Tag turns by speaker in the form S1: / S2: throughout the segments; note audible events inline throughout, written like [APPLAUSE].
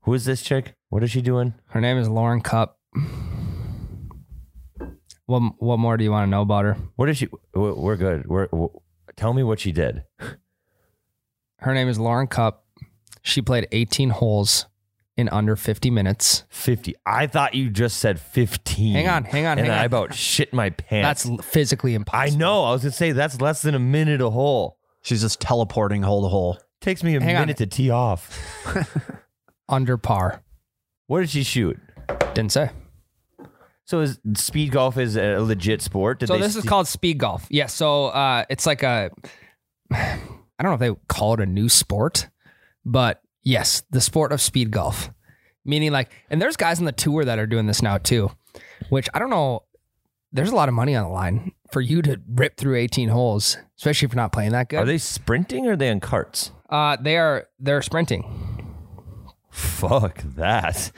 S1: Who is this chick? What is she doing?
S2: Her name is Lauren Cup. What What more do you want to know about her?
S1: What is she? w- We're good. We're, w tell me what she did.
S2: Her name is Lauren Cup. She played 18 holes in under 50 minutes.
S1: 50. I thought you just said 15.
S2: Hang on, hang on,
S1: And
S2: hang
S1: I
S2: on.
S1: about shit my pants.
S2: That's l- physically
S1: I
S2: impossible.
S1: know. I was going to say that's less than a minute a hole.
S3: She's just teleporting hole to hole.
S1: Takes me a
S2: Hang on.
S1: minute to tee off.
S2: Under par.
S1: What did she shoot?
S2: Didn't say.
S1: So is speed golf is a legit sport? Did
S2: so
S1: they
S2: this is
S1: st-
S2: called speed golf. Yeah. So uh, it's like a, [SIGHS] I don't know if they would call it a new sport, but yes, the sport of speed golf, meaning like, and there's guys on the tour that are doing this now too, which I don't know. There's a lot of money on the line for you to rip through 18 holes, especially if you're not playing that good.
S1: Are they sprinting or are they on carts?
S2: uh, they are they're sprinting.
S1: Fuck
S2: [CLEARS THROAT]
S1: that.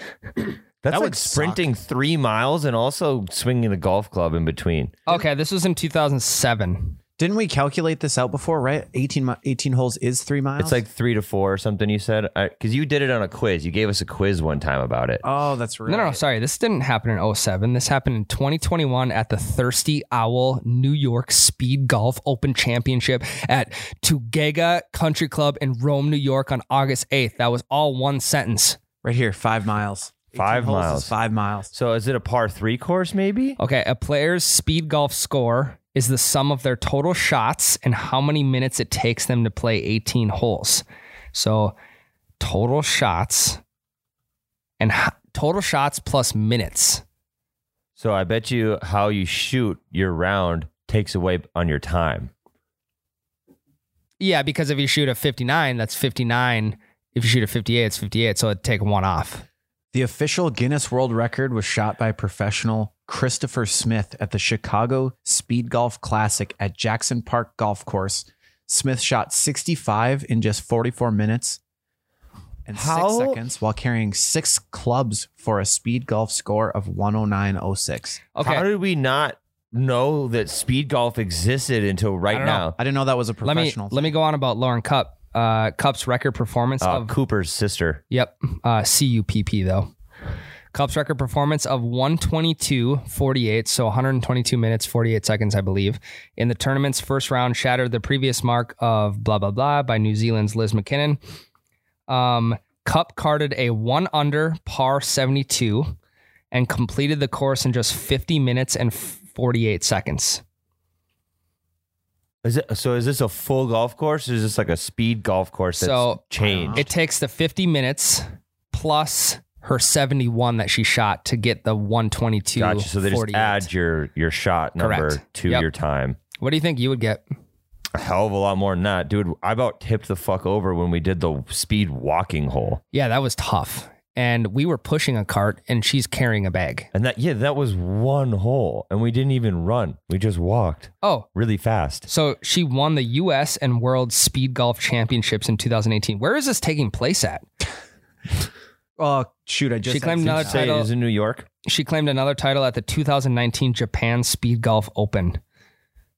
S1: That's like
S3: would suck.
S1: sprinting three miles and also swinging the golf club in between.
S2: Okay, this was in 2007.
S3: Didn't we calculate this out before, right? 18, mi- 18 holes is three miles.
S1: It's like three to four or something you said. Because you did it on a quiz. You gave us a quiz one time about it.
S3: oh, that's right.
S2: No, no, no, sorry. This didn't happen in 07. This happened in 2021 at the Thirsty Owl New York Speed Golf Open Championship at Tugega Country Club in Rome, New York on August 8th. That was all one sentence.
S3: Right here, five miles. 18
S1: Five
S3: holes is
S1: miles.
S3: five miles.
S1: So is it a par three course maybe?
S2: Okay, a player's speed golf score is the sum of their total shots and how many minutes it takes them to play 18 holes. So, total shots and h- total shots plus minutes.
S1: So I bet you how you shoot your round takes away on your time.
S2: Yeah, because if you shoot a 59, that's 59. If you shoot a 58, it's 58. So it'd take one off.
S3: The official Guinness World Record was shot by professional Christopher Smith at the Chicago Speed Golf Classic at Jackson Park Golf Course. Smith shot 65 in just 44 minutes and
S1: How-
S3: six seconds while carrying six clubs for a speed golf score of 109.06.
S2: Okay.
S1: How did we not know that speed golf existed until right
S2: don't know.
S1: now?
S3: I didn't know that was a
S2: let me
S3: professional.
S2: let me go on about Lauren Cup. Uh, Cup's record performance
S1: Uh,
S2: of
S1: Cooper's sister.
S2: yep uh, CUPP though. Cup's record performance of 122.48, so 122 minutes 48 seconds, I believe, in the tournament's first round shattered the previous mark of blah blah blah by New Zealand's Liz McKinnon. Um, Cup carded a one under par 72 and completed the course in just 50 minutes and 48 seconds.
S1: Is it, so is this a full golf course? Or is this like a speed golf course that's
S2: So,
S1: changed?
S2: It takes the 50 minutes plus her 71 that she shot to get the 122.
S1: gotcha. So they just
S2: 48.
S1: add your your shot number
S2: Correct.
S1: to
S2: Yep.
S1: your time.
S2: What do you think you would get?
S1: A hell of a lot more than that, dude. I about tipped the fuck over when we did the speed walking hole,
S2: Yeah, that was tough. And we were pushing a cart and she's carrying a bag.
S1: and that yeah, that was one hole, and we didn't even run. We just walked
S2: Oh,
S1: really fast.
S2: so she won the US and World Speed Golf Championships in 2018. Where is this taking place at?
S3: oh, shoot. I just
S2: She claimed
S3: had
S2: another
S3: seen
S1: Say
S3: that.
S1: it
S2: title.
S1: was in New York.
S2: She claimed another title at the 2019 Japan Speed Golf Open.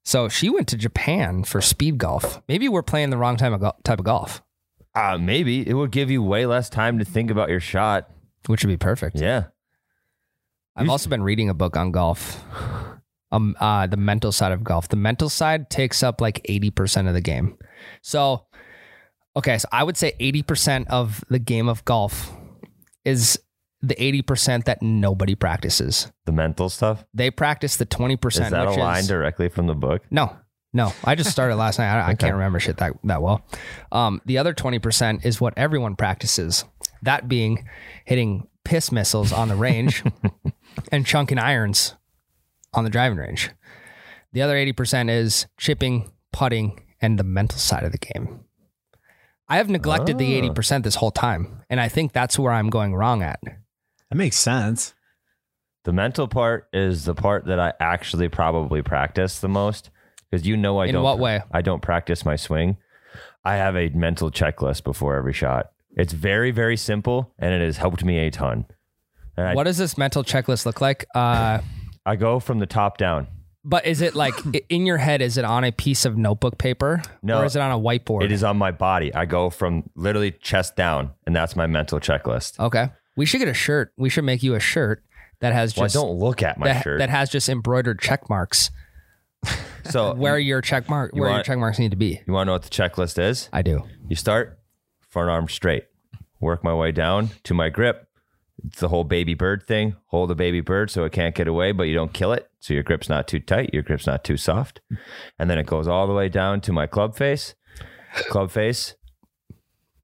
S2: So she went to Japan for speed golf. Maybe we're playing the wrong type of, go- type of golf,
S1: Uh, maybe it would give you way less time to think about your shot.
S2: which would be perfect.
S1: Yeah.
S2: I've
S1: You-
S2: also been reading a book on golf. Um, uh, the mental side of golf. The mental side takes up like eighty percent of the game. So, okay, so I would say eighty percent of the game of golf is the eighty percent that nobody practices.
S1: The mental stuff.
S2: They practice the twenty
S1: Is
S2: percent.
S1: that a
S2: which
S1: line
S2: is,
S1: directly from the book?
S2: No, no. I just started last night. I, I can't remember shit that that well. Um, the other twenty percent is what everyone practices. That being hitting piss missiles on the range and chunking irons on the driving range. The other eighty percent is chipping, putting, and the mental side of the game. I have neglected the
S1: Ah.
S2: eighty percent this whole time, and I think that's where I'm going wrong at.
S3: That makes sense.
S1: The mental part is the part that I actually probably practice the most because you know I
S2: In
S1: don't.
S2: what way?
S1: I don't practice my swing. I have a mental checklist before every shot. It's very very simple and it has helped me a ton. And I,
S2: What does this mental checklist look like? Uh,
S1: I go from the top down.
S2: But is
S1: [LAUGHS]
S2: it like i- in your head? Is it on a piece of notebook paper?
S1: No.
S2: Or is it on a whiteboard?
S1: It is on my body. I go from literally chest down, and that's my mental checklist.
S2: Okay. We should get a shirt. We should make you a shirt that has
S1: Well, I
S2: just
S1: don't look at my
S2: that,
S1: shirt.
S2: that has just embroidered check marks.
S1: so
S2: [LAUGHS] Where your check mark where your
S1: want-
S2: check marks need to be.
S1: you want to know what the checklist is?
S2: I do.
S1: You start front arm straight, work my way down to my grip. It's the whole baby bird thing. Hold the baby bird so it can't get away, but you don't kill it. So your grip's not too tight, your grip's not too soft. And then it goes all the way down to my club face. Club face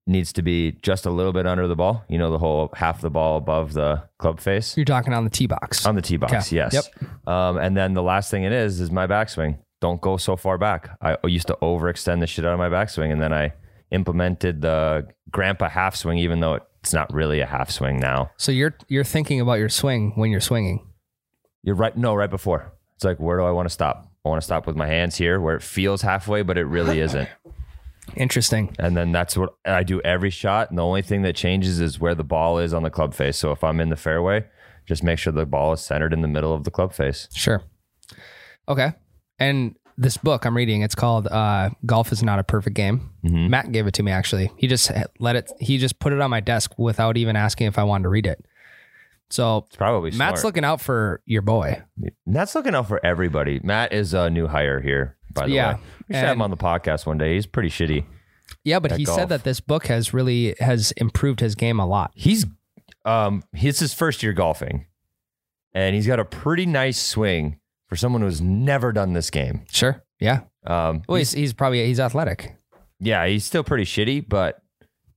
S1: needs to be just a little bit under the ball. You know, the whole half the ball above the club face.
S2: You're talking on the tee box.
S1: On the tee box,
S2: Okay.
S1: yes. Um, and then the last thing it is is my backswing. Don't go so far back. I used to overextend the shit out of my backswing, and then I implemented the grandpa half swing, even though it's not really a half swing now.
S2: so you're you're thinking about your swing when you're swinging.
S1: You're right. No, right before. It's like, where do I want to stop? I want to stop with my hands here where it feels halfway, but it really isn't.
S2: Interesting.
S1: And then that's what I do every shot. And the only thing that changes is where the ball is on the club face. So if I'm in the fairway, just make sure the ball is centered in the middle of the club face.
S2: Sure. Okay. And this book I'm reading, it's called uh, "Golf Is Not a Perfect Game."
S1: Mm-hmm.
S2: Matt gave it to me actually. He just let it. He just put it on my desk without even asking if I wanted to read it. So
S1: It's probably smart.
S2: Matt's looking out for your boy.
S1: Matt's looking out for everybody. Matt is a new hire here, by the
S2: Yeah.
S1: way. We should have him
S2: And-
S1: on the podcast one day. He's pretty shitty.
S2: Yeah, but
S1: at
S2: he
S1: golf.
S2: said that this book has really has improved his game a lot.
S1: He's um it's his first year golfing. And he's got a pretty nice swing for someone who's never done this game.
S2: Sure. Yeah.
S1: Um
S2: Well, he's, he's probably he's athletic.
S1: yeah, he's still pretty shitty, but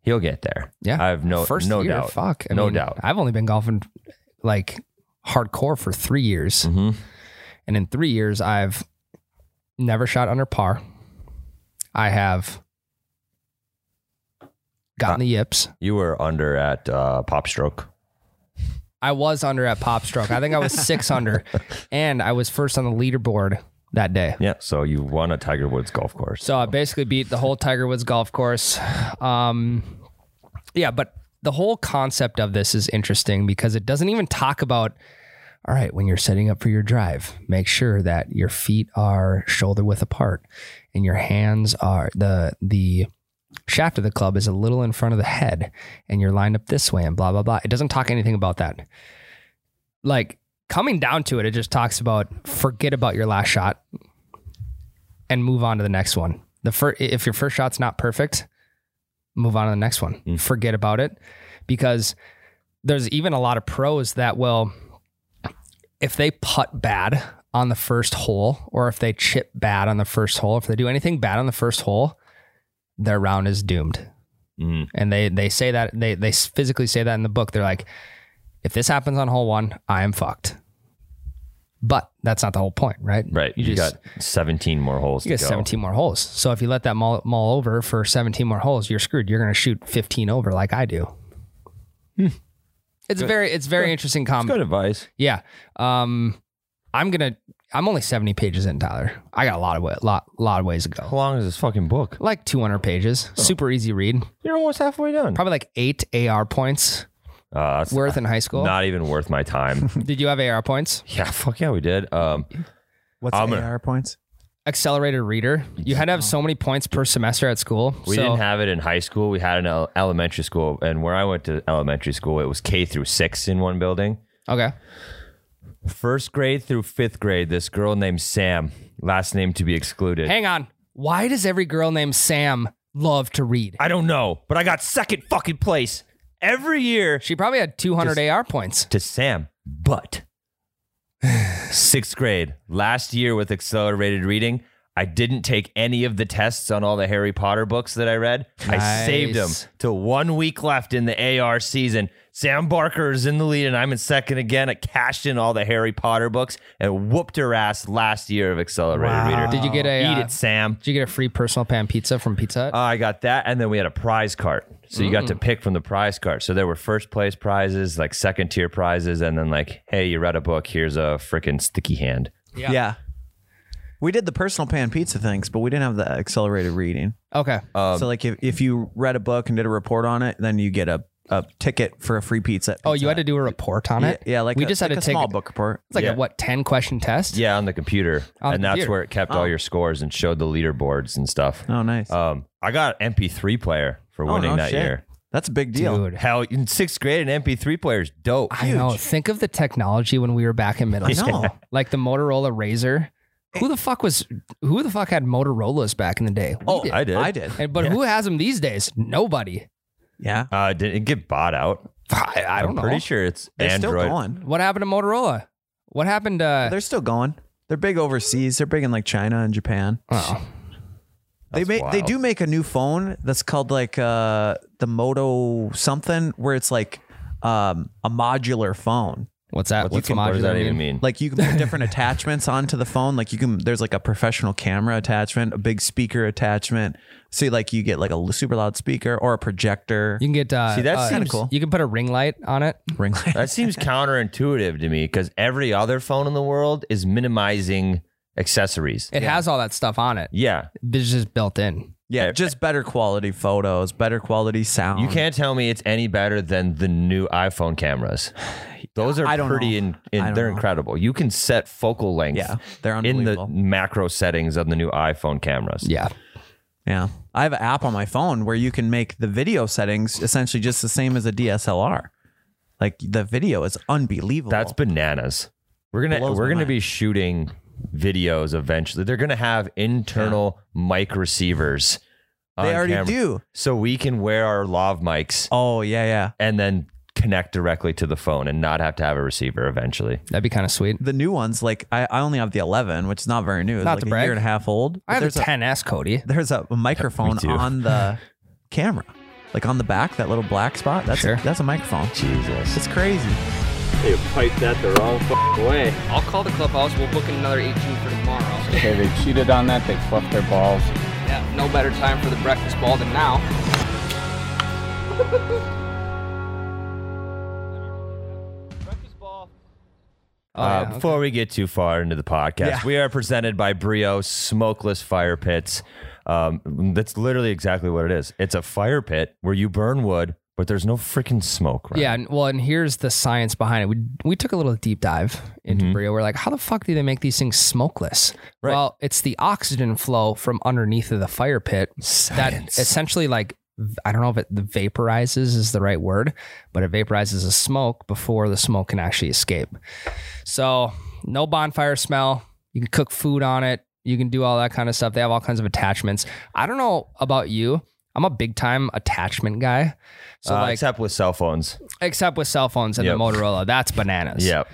S1: he'll get there.
S2: Yeah.
S1: I have no
S2: First
S1: no
S2: year,
S1: doubt.
S2: Fuck.
S1: No doubt.
S2: I've only been golfing like hardcore for three years,
S1: Mhm.
S2: and in three years, I've never shot under par. I have gotten the yips.
S1: You were under at uh pop stroke.
S2: I was under at pop stroke. I think I was six under, and I was first on the leaderboard that day.
S1: Yeah. So you won a Tiger Woods golf course.
S2: So I basically beat the whole Tiger Woods golf course. Um, yeah, but the whole concept of this is interesting because it doesn't even talk about. All right, when you're setting up for your drive, make sure that your feet are shoulder width apart, and your hands are the the shaft of the club is a little in front of the head, and you're lined up this way, and blah blah blah. It doesn't talk anything about that. Like coming down to it, it just talks about forget about your last shot and move on to the next one. The first, if your first shot's not perfect, move on to the next one.
S1: Mm.
S2: Forget about it, because there's even a lot of pros that will, if they putt bad on the first hole, or if they chip bad on the first hole, if they do anything bad on the first hole, their round is doomed.
S1: Mm.
S2: And they they say that they they physically say that in the book. They're like, if this happens on hole one, I am fucked. But that's not the whole point, right?
S1: Right. You,
S2: just-
S1: got 17 more holes
S2: you got
S1: to go.
S2: 17 more holes. So if you let that mull, mull over for 17 more holes, you're screwed. You're going to shoot 15 over like I do. It's very, it's very interesting
S1: That's
S2: comment.
S1: Hmm. good advice.
S2: Yeah. Um, I'm going to, I'm only 70 pages in Tyler. I got a lot of, way, lot, lot of ways to
S1: How
S2: go.
S1: long is this fucking book?
S2: Like 200 pages,
S1: Oh.
S2: super easy read,
S1: You're almost halfway done.
S2: probably like eight AR points
S1: Uh, that's
S2: worth in high school.
S1: Not even worth my time.
S2: Did you have AR points?
S1: yeah, fuck yeah, we did. Um,
S3: What's
S1: I'm
S3: AR
S1: gonna-
S3: points?
S2: Accelerated reader. You had to have so many points per semester at school.
S1: we
S2: so
S1: didn't have it in high school. We had it in el- elementary school, and where I went to elementary school, it was K through six in one building.
S2: okay.
S1: First grade through fifth grade, this girl named Sam, last name to be excluded.
S2: Hang on. Why does every girl named Sam love to read?
S1: I don't know, but I got second fucking place every year
S2: She probably had 200 AR points.
S1: to Sam. But [SIGHS] sixth grade, last year with accelerated reading, I didn't take any of the tests on all the Harry Potter books that I read. I
S2: Nice.
S1: saved them to one week left in the AR season. Sam Barker is in the lead, and I'm in second again. I cashed in all the Harry Potter books and whooped her ass last year of accelerated reader.
S2: Did you get a
S1: Eat
S2: uh,
S1: it, Sam.
S2: Did you get a free personal pan pizza from Pizza Hut?
S1: Uh, I got that, and then we had a prize cart. So you
S2: Mm.
S1: got to pick from the prize cart. So there were first place prizes, like second tier prizes, and then like, hey, you read a book, here's a freaking sticky hand.
S2: Yeah.
S3: We did the personal pan pizza things, but we didn't have the accelerated reading.
S2: okay.
S3: so like if, if you read a book and did a report on it, then you get a a ticket for a free pizza. at
S2: Oh,
S3: Pizza
S2: you had
S3: Hut.
S2: to do a report on it.
S3: Yeah, yeah, like
S2: we
S3: a-
S2: just had
S3: like
S2: to
S3: a
S2: take
S3: small book report.
S2: It's like
S1: Yeah.
S2: a what ten question test.
S1: Yeah, on the computer,
S2: On the
S1: and that's
S2: computer. Oh.
S1: where it kept all your scores and showed the leaderboards and stuff.
S3: Oh, nice.
S2: Uh,
S1: Um, I got an MP3 player for
S3: Oh,
S1: winning
S3: no
S1: that
S3: shit.
S1: year.
S3: That's a big deal.
S2: dude.
S1: Hell, in sixth grade, an MP3 player is dope.
S2: I know. Think of the technology when we were back in middle
S3: I
S2: school.
S3: know.
S2: [LAUGHS] Like the Motorola Razor. Who the fuck was who the fuck had Motorolas back in the day? We
S3: Oh,
S2: did.
S1: I did.
S3: I did.
S2: And, but who has them these days? Nobody.
S3: Yeah.
S1: Uh, did it get bought out?
S2: I, I
S1: am
S2: don't know.
S1: Pretty sure it's
S3: They're still
S1: Android.
S3: going.
S2: What happened to Motorola? What happened to
S3: They're still going. They're big overseas. They're big in like China and Japan.
S2: oh,
S3: they
S1: That's
S3: make they
S1: wild.
S3: do make a new phone that's called like uh the Moto something where it's like um a modular phone.
S2: what's that?
S1: What
S2: What's
S1: the- what does
S2: modular
S1: that even
S2: mean?
S1: mean?
S3: Like you can
S1: [LAUGHS]
S3: put different attachments onto the phone. Like you can there's like a professional camera attachment, a big speaker attachment. See like you get like a super loud speaker or a projector.
S2: You can get uh,
S1: See, that
S2: uh,
S1: seems-
S3: cool.
S2: You can put a ring light on it.
S3: ring light.
S1: that seems counterintuitive to me because every other phone in the world is minimizing accessories.
S3: Eh.
S2: It has all that stuff on it.
S1: Yeah,
S2: It's just built in.
S3: [LAUGHS] Yeah, just better quality photos, better quality sound.
S1: you can't tell me it's any better than the new iPhone
S3: [SIGHS]
S1: cameras. Those are
S3: I don't
S1: pretty,
S3: know.
S1: in, in,
S3: I don't
S1: they're
S3: know.
S1: incredible. You can set focal length.
S3: Yeah, they're
S1: in the
S3: unbelievable.
S1: macro settings on the new iPhone cameras.
S2: Yeah.
S3: yeah, I have an app on my phone where you can make the video settings essentially just the same as a DSLR. Like the video is unbelievable.
S1: That's bananas. We're gonna
S3: Blows
S1: we're
S3: my
S1: gonna
S3: mind.
S1: be shooting videos eventually. They're gonna have internal mic receivers.
S3: they
S1: on
S3: already
S1: camera.
S3: do.
S1: So we can wear our lav mics
S3: Oh yeah, yeah.
S1: and then connect directly to the phone and not have to have a receiver eventually.
S2: That'd be kind of sweet.
S3: The new ones, like I, I only have the 11, which is not very new. It's
S2: Not
S3: like
S2: to
S3: a
S2: brag.
S3: year and a half old.
S2: I
S3: But
S2: have a
S3: there's a
S2: 10S, Cody.
S3: there's a microphone
S1: too.
S3: on the camera, like on the back, that little black spot. That's
S2: Sure.
S3: a, that's a microphone.
S1: Jesus.
S3: It's crazy.
S4: They piped that the wrong fucking way.
S2: I'll call the clubhouse. We'll book another 18 for tomorrow. [LAUGHS]
S5: Okay, they cheated on that. They fluffed their balls.
S2: Yeah, no better time for the breakfast ball than now. [LAUGHS] Oh,
S1: Uh,
S2: yeah,
S1: Before we get too far into the podcast,
S3: Yeah.
S1: we are presented by Brio Smokeless Fire Pits. Um, that's literally exactly what it is. It's a fire pit where you burn wood, but there's no freaking smoke. Right?
S2: Yeah, and, well, and here's the science behind it. We we took a little deep dive into Brio. We're like, how the fuck do they make these things smokeless?
S1: Mm-hmm. Right.
S2: Well, it's the oxygen flow from underneath of the fire pit
S1: Science.
S2: that essentially like I don't know if it vaporizes is the right word, but it vaporizes the smoke before the smoke can actually escape. So no bonfire smell. You can cook food on it. You can do all that kind of stuff. They have all kinds of attachments. I don't know about you. I'm a big time attachment guy. So
S1: Uh,
S2: like
S1: except with cell phones.
S2: except with cell phones and
S1: Yep.
S2: the Motorola. That's bananas.
S1: Yep.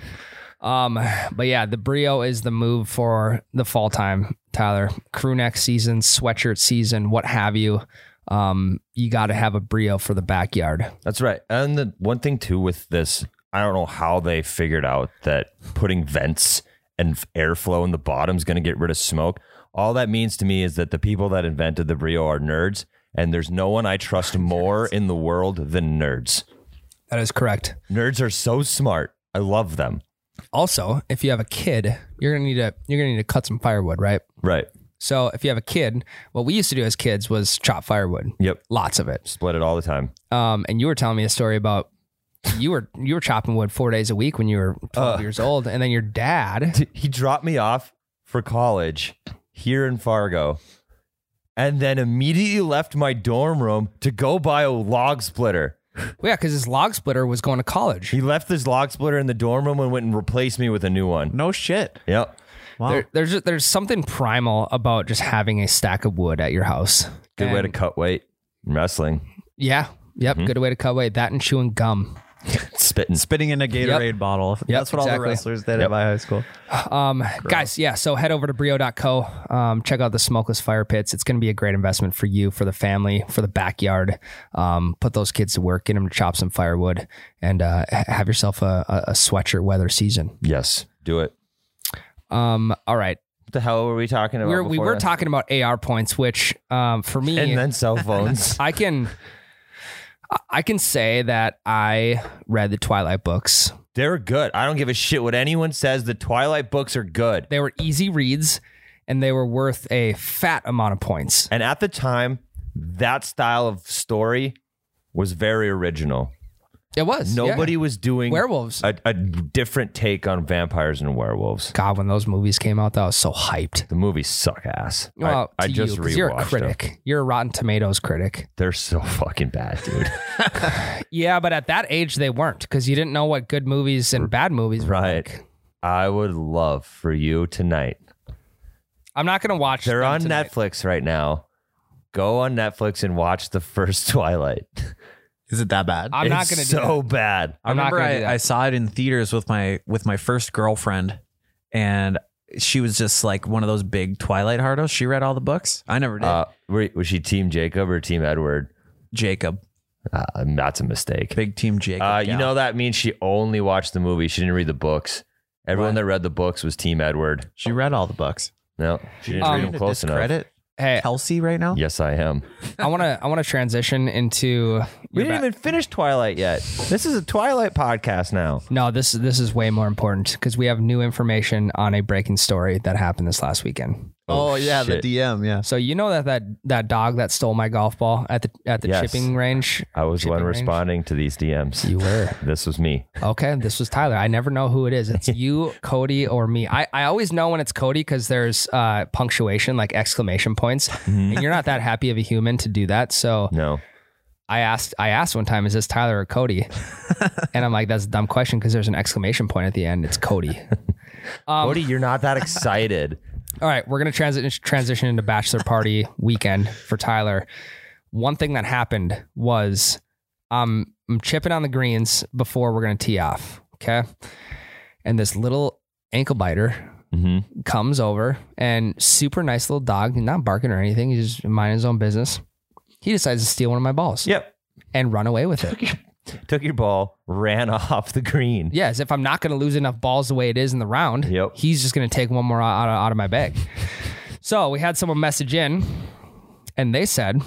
S2: Um, but yeah, the Brio is the move for the fall time, Tyler. Crew neck season, sweatshirt season, what have you. Um, you got to have a Brio for the backyard.
S1: That's right. And the one thing too with this, I don't know how they figured out that putting vents and f- airflow in the bottom is going to get rid of smoke. All that means to me is that the people that invented the Brio are nerds, and there's no one I [LAUGHS] trust more in the world than nerds.
S2: That is correct.
S1: Nerds are so smart. I love them.
S2: Also, if you have a kid, you're gonna need to you're gonna need to cut some firewood, right?
S1: Right.
S2: So if you have a kid, what we used to do as kids was chop firewood,
S1: Yep.
S2: lots of it.
S1: Split it all the time.
S2: Um, and you were telling me a story about you were you were chopping wood four days a week when you were 12
S1: Uh.
S2: years old, and then your dad.
S1: T- He dropped me off for college here in Fargo and then immediately left my dorm room to go buy a log splitter.
S2: Well, yeah, because his log splitter was going to college.
S1: He left his log splitter in the dorm room and went and replaced me with a new one.
S3: No shit.
S1: Yep.
S3: Wow.
S1: Oh.
S2: There, there's there's something primal about just having a stack of wood at your house.
S1: Good way to Mm-hmm.
S2: And-
S1: cut weight. in Wrestling.
S2: Yeah. Yep. Good way to cut away that and chewing gum.
S1: Spitting.
S3: Spitting in a Gatorade bottle. That's what all the
S2: exactly.
S3: wrestlers did
S1: Yep.
S3: at my high school.
S2: Um, guys, yeah. So head over to brio.co. Um, check out the smokeless fire pits. It's going to be a great investment for you, for the family, for the backyard. Um, put those kids to work, get them to chop some firewood, and uh, ha- have yourself a, a, a sweatshirt weather season.
S1: Yes. Do it.
S2: Um, all right.
S1: What the hell were we talking about?
S2: We were, we
S1: before
S2: were
S1: that?
S2: talking about AR points, which um, for me,
S1: And then cell
S2: [LAUGHS]
S1: phones.
S2: I can I- I can say that I read the Twilight books.
S1: They're good. I don't give a shit what anyone says. The Twilight books are good.
S2: They were easy reads and they were worth a fat amount of points.
S1: And at the time, that style of story was very original.
S2: It was. yeah.
S1: Nobody was doing
S2: Werewolves.
S1: a, a different take on vampires and werewolves.
S2: God, when those movies came out, that was so hyped.
S1: The movies suck ass. I-
S2: Well,
S1: I,
S2: to
S1: just rewatched
S2: you, 'cause You're a
S1: them.
S2: critic. You're a Rotten Tomatoes critic.
S1: They're so fucking bad, dude.
S2: Yeah, but at that age, they weren't because you didn't know what good movies and bad movies were.
S1: right.
S2: like.
S1: I would love for you tonight.
S2: I'm not going to watch
S1: They're
S2: them
S1: on
S2: tonight.
S1: Netflix right now. Go on Netflix and watch the first [LAUGHS] Twilight.
S6: Is it that bad?
S2: I'm not
S1: It's
S2: going to do
S1: so bad.
S3: I
S2: I'm not
S3: remember
S2: gonna do
S3: I,
S2: that.
S3: I saw it in theaters with my with my first girlfriend, and she was just like one of those big Twilight hardos. She read all the books. I never did.
S1: Uh, were- was she Team Jacob or Team Edward?
S3: Jacob,
S1: Uh, that's a mistake.
S3: big team Jacob.
S1: Uh, you
S3: gal.
S1: know that means she only watched the movie. She didn't read the books. Everyone that read the books was Team Edward.
S6: She read all the books.
S1: No, she didn't
S2: Um,
S1: read them close enough.
S6: Credit?
S2: that. Hey,
S3: Kelsey right now.
S1: Yes, I am.
S2: I want to I want to transition into
S1: We
S2: your
S1: didn't
S2: ba-
S1: even finish Twilight yet. This is a Twilight podcast now.
S2: No, this this is way more important because we have new information on a breaking story that happened this last weekend.
S6: Oh, yeah,
S1: shit.
S6: the DM. Yeah.
S2: So you know that that that dog that stole my golf ball at the at the
S1: Yes.
S2: chipping range.
S1: I was the one
S2: Shipping range.
S1: responding to these DMs.
S2: You were
S1: This was me.
S2: okay. This was Tyler. I never know who it is. It's you, Cody, or me. I, I always know when it's Cody because there's uh, punctuation like exclamation points, and you're not that happy of a human to do that. So
S1: No,
S2: I asked I asked one time, is this Tyler or Cody? and I'm like, that's a dumb question because there's an exclamation point at the end. It's Cody. Um,
S1: Cody, you're not
S2: [LAUGHS]
S1: that excited.
S2: All right, we're gonna transition transition into bachelor party weekend for Tyler. One thing that happened was um, I'm chipping on the greens before we're gonna tee off. Okay, and this little ankle biter
S1: hmm
S2: comes over and super nice little dog, not barking or anything. He's just minding his own business. He decides to steal one of my balls
S1: Yep.
S2: and run away with it.
S1: Took your ball, ran [LAUGHS] off the green.
S2: Yeah, as if I'm not going to lose enough balls the way it is in the round.
S1: Yep.
S2: He's just going to take one more out of, out of
S1: [LAUGHS]
S2: my bag. so we had someone message in, and they said,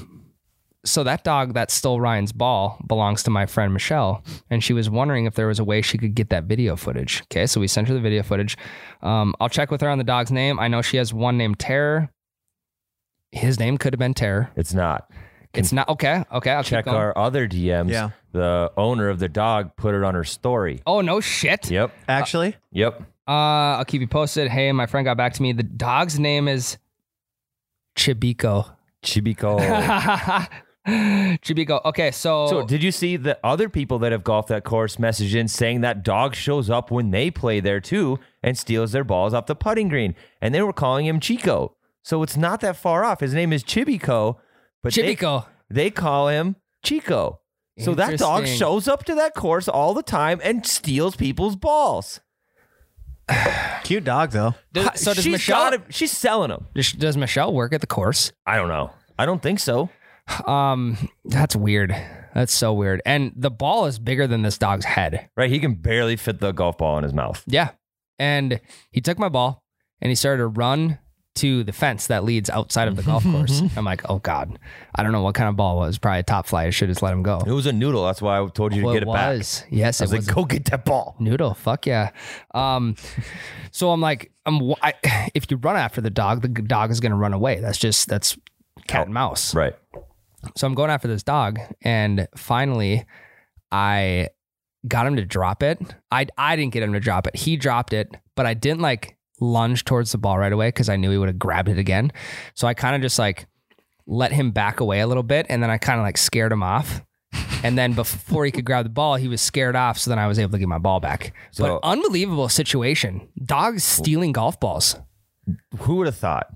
S2: "So that dog that stole Ryan's ball belongs to my friend Michelle, and she was wondering if there was a way she could get that video footage." Okay, so we sent her the video footage. Um, I'll check with her on the dog's name. I know she has one named Terror. His name could have been Terror.
S1: It's not.
S2: It's not okay. Okay, I'll keep
S1: Check
S2: going.
S1: our other DMs.
S6: Yeah.
S1: The owner of the dog put it on her story.
S2: Oh no shit.
S1: Yep.
S6: Actually,
S1: Yep.
S2: Uh, I'll keep you posted. Hey, my friend got back to me. The dog's name is Chibico.
S1: [LAUGHS]
S2: [LAUGHS]
S1: Chibico.
S2: Chibico. Okay, so,
S1: so, did you see the other people that have golfed that course message in saying that dog shows up when they play there too and steals their balls off the putting green? And they were calling him Chico. So, it's not that far off. His name is Chibico, but they-
S2: Chibico.
S1: They, call him Chico. So, that dog
S2: Interesting.
S1: shows up to that course all the time and steals people's balls.
S6: cute dog though.
S2: Does- so does
S1: She's
S2: Michelle?
S1: got him- she's selling them.
S2: does- does Michelle work at the course?
S1: I don't know. I don't think so.
S2: Um, that's weird. That's so weird. And the ball is bigger than this dog's head.
S1: Right? He can barely fit the golf ball in his mouth.
S2: Yeah. And he took my ball and he started to run to the fence that leads outside of the golf
S1: [LAUGHS]
S2: course. I'm like, oh God, I don't know what kind of ball it was. Probably a top fly. I should have just let him go.
S1: It was a noodle. That's why I told you to
S2: Well,
S1: get it back.
S2: Oh, was. Yes,
S1: I
S2: it
S1: was
S2: was.
S1: like, go get that ball.
S2: Noodle, fuck yeah. Um, so I'm like, I'm. wa- I, if you run after the dog, the dog is gonna run away. That's just that's cat and mouse.
S1: Right.
S2: So I'm going after this dog, and finally, I got him to drop it. I I didn't get him to drop it. He dropped it, but I didn't like lunge towards the ball right away because I knew he would have grabbed it again. So I kind of just like let him back away a little bit, and then I kind of like scared him off. And then before he could grab the ball, he was scared off. So then I was able to get my ball back.
S1: So-
S2: but unbelievable situation. Dogs stealing golf balls.
S1: Who would have thought?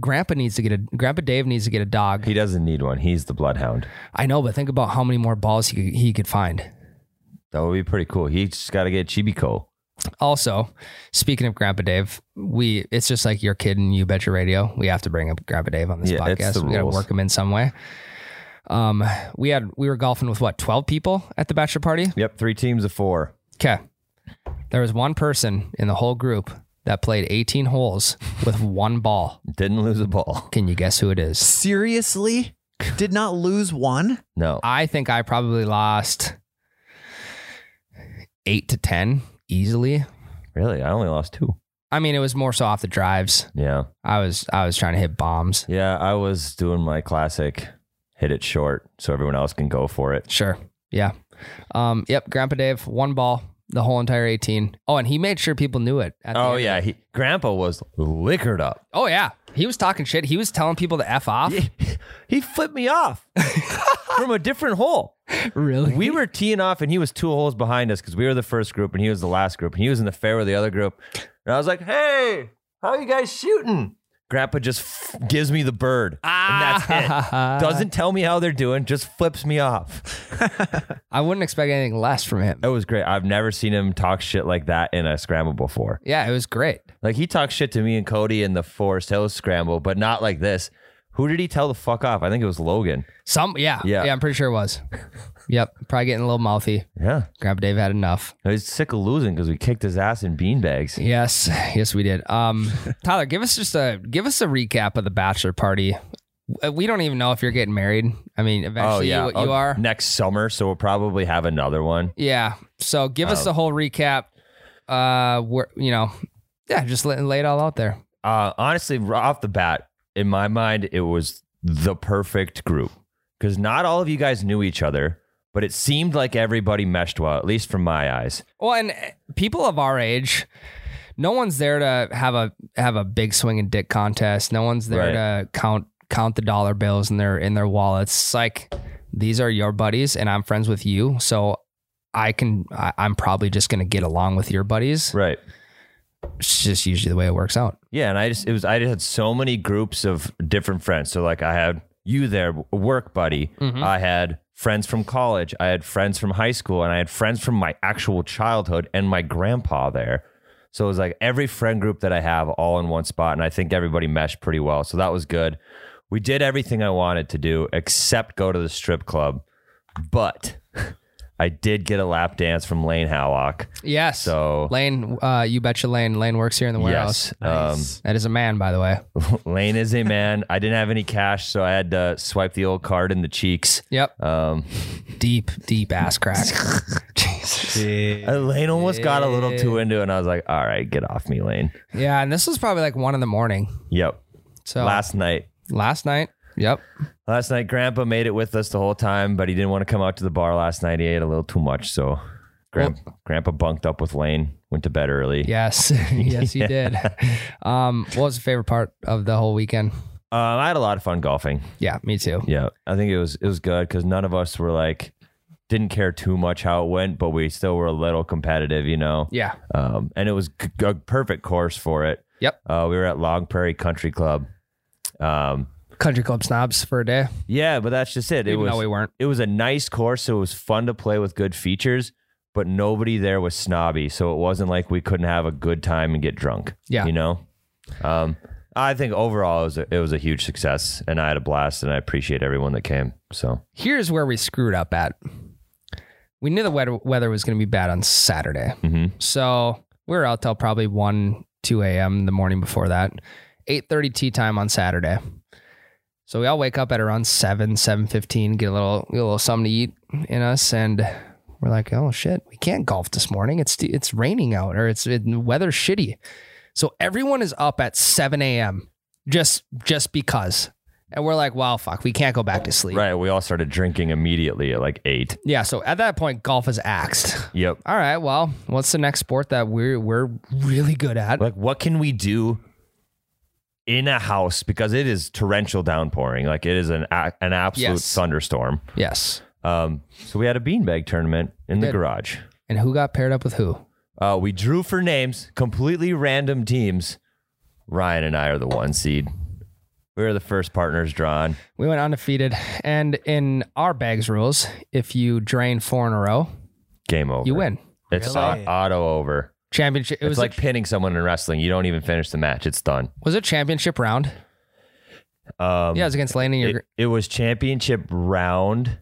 S2: Grandpa needs to get a Grandpa Dave needs to get a dog.
S1: He doesn't need one. He's the bloodhound.
S2: I know, but think about how many more balls he could, he could find.
S1: That would be pretty cool. He's just got to get Chibico.
S2: Also, speaking of Grandpa Dave, we it's just like your kid and you bet your radio. We have to bring up Grandpa Dave on this
S1: Yeah, it's
S2: podcast.
S1: the
S2: we gotta
S1: rules.
S2: work him in some way. Um, we had we were golfing with what twelve people at the bachelor party.
S1: Yep. Three teams of four.
S2: Okay, there was one person in the whole group that played eighteen holes with one ball.
S1: Didn't lose a ball. [LAUGHS]
S2: Can you guess who it is?
S6: Seriously, did not lose one.
S1: No.
S2: I think I probably lost eight to ten easily.
S1: Really? I only lost two.
S2: I mean, it was more so off the drives.
S1: Yeah.
S2: I was I was trying to hit bombs.
S1: Yeah. I was doing my classic hit it short so everyone else can go for it.
S2: Sure. Yeah. Um, yep, Grandpa Dave, one ball, the whole entire 18. Oh, and he made sure people knew it. at the
S1: Oh
S2: end.
S1: yeah, he, Grandpa was liquored up.
S2: Oh, yeah. He was talking shit. He was telling people to F off.
S1: He, he flipped me off from a different hole.
S2: Really?
S1: We were teeing off, and he was two holes behind us because we were the first group, and he was the last group, and he was in the fair with the other group. And I was like, "Hey, how you guys shooting?" Grandpa just f- gives me the bird, and that's it. Doesn't tell me how they're doing, just flips me off.
S2: I wouldn't expect anything less from him.
S1: That was great. I've never seen him talk shit like that in a scramble before.
S2: Yeah, it was great.
S1: Like he talked shit to me and Cody in the Forest Hills scramble, but not like this. Who did he tell the fuck off? I think it was Logan.
S2: Some, yeah,
S1: Yeah.
S2: yeah, I'm pretty sure it was. yep, probably getting a little mouthy.
S1: Yeah.
S2: Grandpa Dave had enough.
S1: He's sick of losing because we kicked his ass in beanbags.
S2: Yes, yes, we did.
S1: [LAUGHS]
S2: Um, Tyler, give us just a give us a recap of the bachelor party. Uh, We don't even know if you're getting married. I mean, eventually you, you
S1: Oh,
S2: are.
S1: Next summer, so we'll probably have another one.
S2: Yeah. So give us the whole recap. Uh, where you know, yeah, just lay, lay it all out there.
S1: Uh, honestly, right off the bat, in my mind, it was the perfect group because not all of you guys knew each other, but it seemed like everybody meshed well, at least from my eyes.
S2: Well, and uh, people of our age, no one's there to have a have a big swing and dick contest. No one's there to count count the dollar bills in their in their wallets. It's like these are your buddies, and I'm friends with you, so I can. I, I'm probably just going to get along with your buddies.
S1: Right.
S2: It's just usually the way it works out.
S1: Yeah, and I just it was I just had so many groups of different friends. So like I had you there, work buddy. I had friends from college. I had friends from high school, and I had friends from my actual childhood and my grandpa there. So it was like every friend group that I have all in one spot, and I think everybody meshed pretty well. So that was good. We did everything I wanted to do except go to the strip club, but [LAUGHS] I did get a lap dance from Lane Hallock.
S2: Yes.
S1: So
S2: Lane, uh, you betcha, Lane. Lane works here in the warehouse.
S1: yes, um,
S2: That is a man, by the way.
S1: Lane is a man. I didn't have any cash, so I had to swipe the old card in the cheeks.
S2: Yep.
S1: Um,
S2: deep, deep ass
S1: [LAUGHS]
S2: crack. Jesus.
S1: Lane almost got a little too into it, and I was like, all right, get off me, Lane.
S2: Yeah, and this was probably like one in the morning.
S1: Yep.
S2: So
S1: Last night.
S2: last night. Yep.
S1: Last night, Grandpa made it with us the whole time, but he didn't want to come out to the bar last night. He ate a little too much, so Grand- Grandpa bunked up with Lane, went to bed early.
S2: Yes. [LAUGHS] yes, you
S1: [LAUGHS]
S2: did. Um, what was the favorite part of the whole weekend?
S1: Um, I had a lot of fun golfing.
S2: Yeah, me too.
S1: Yeah, I think it was it was good because none of us were like didn't care too much how it went, but we still were a little competitive, you know.
S2: Yeah.
S1: um, and it was g- a perfect course for it.
S2: Yep.
S1: Uh, we were at Long Prairie Country Club. Um,
S2: Country club snobs for a day.
S1: yeah, but that's just it. It
S2: Even
S1: was
S2: though we weren't.
S1: it was a nice course. So it was fun to play with good features, but nobody there was snobby, so it wasn't like we couldn't have a good time and get drunk.
S2: Yeah.
S1: you know. Um, I think overall it was a, it was a huge success, and I had a blast, and I appreciate everyone that came. So
S2: Here's where we screwed up at. We knew the weather, weather was going to be bad on Saturday.
S1: mhm.
S2: So we were out till probably 1, 2 a.m. the morning before that. 8.30 tea time on Saturday. So we all wake up at around 7, 7.15, get a little, get a little something to eat in us. And we're like, oh shit, we can't golf this morning. It's, it's raining out or it's it, the weather's shitty. So everyone is up at 7 a.m. just, just because. And we're like, wow, fuck, we can't go back to sleep.
S1: right, we all started drinking immediately at like eight.
S2: Yeah. So at that point, golf is axed.
S1: Yep.
S2: All right. Well, what's the next sport that we're we're really good at?
S1: like what can we do in a house because it is torrential downpouring like it is an a- an absolute
S2: Yes.
S1: thunderstorm
S2: Yes.
S1: um so we had a beanbag tournament in the
S2: Good.
S1: garage
S2: And who got paired up with who?
S1: uh we drew for names completely random teams ryan and i are the one seed we were the first partners drawn
S2: We went undefeated. And in our bags rules, if you drain four in a row,
S1: game over
S2: you win.
S1: it's au- auto over
S2: Championship. It
S1: it's
S2: was
S1: like
S2: like
S1: pinning someone in wrestling you don't even finish the match it's done
S2: was it championship round?
S1: um
S2: Yeah, it was against Lane and your.
S1: it, it was championship round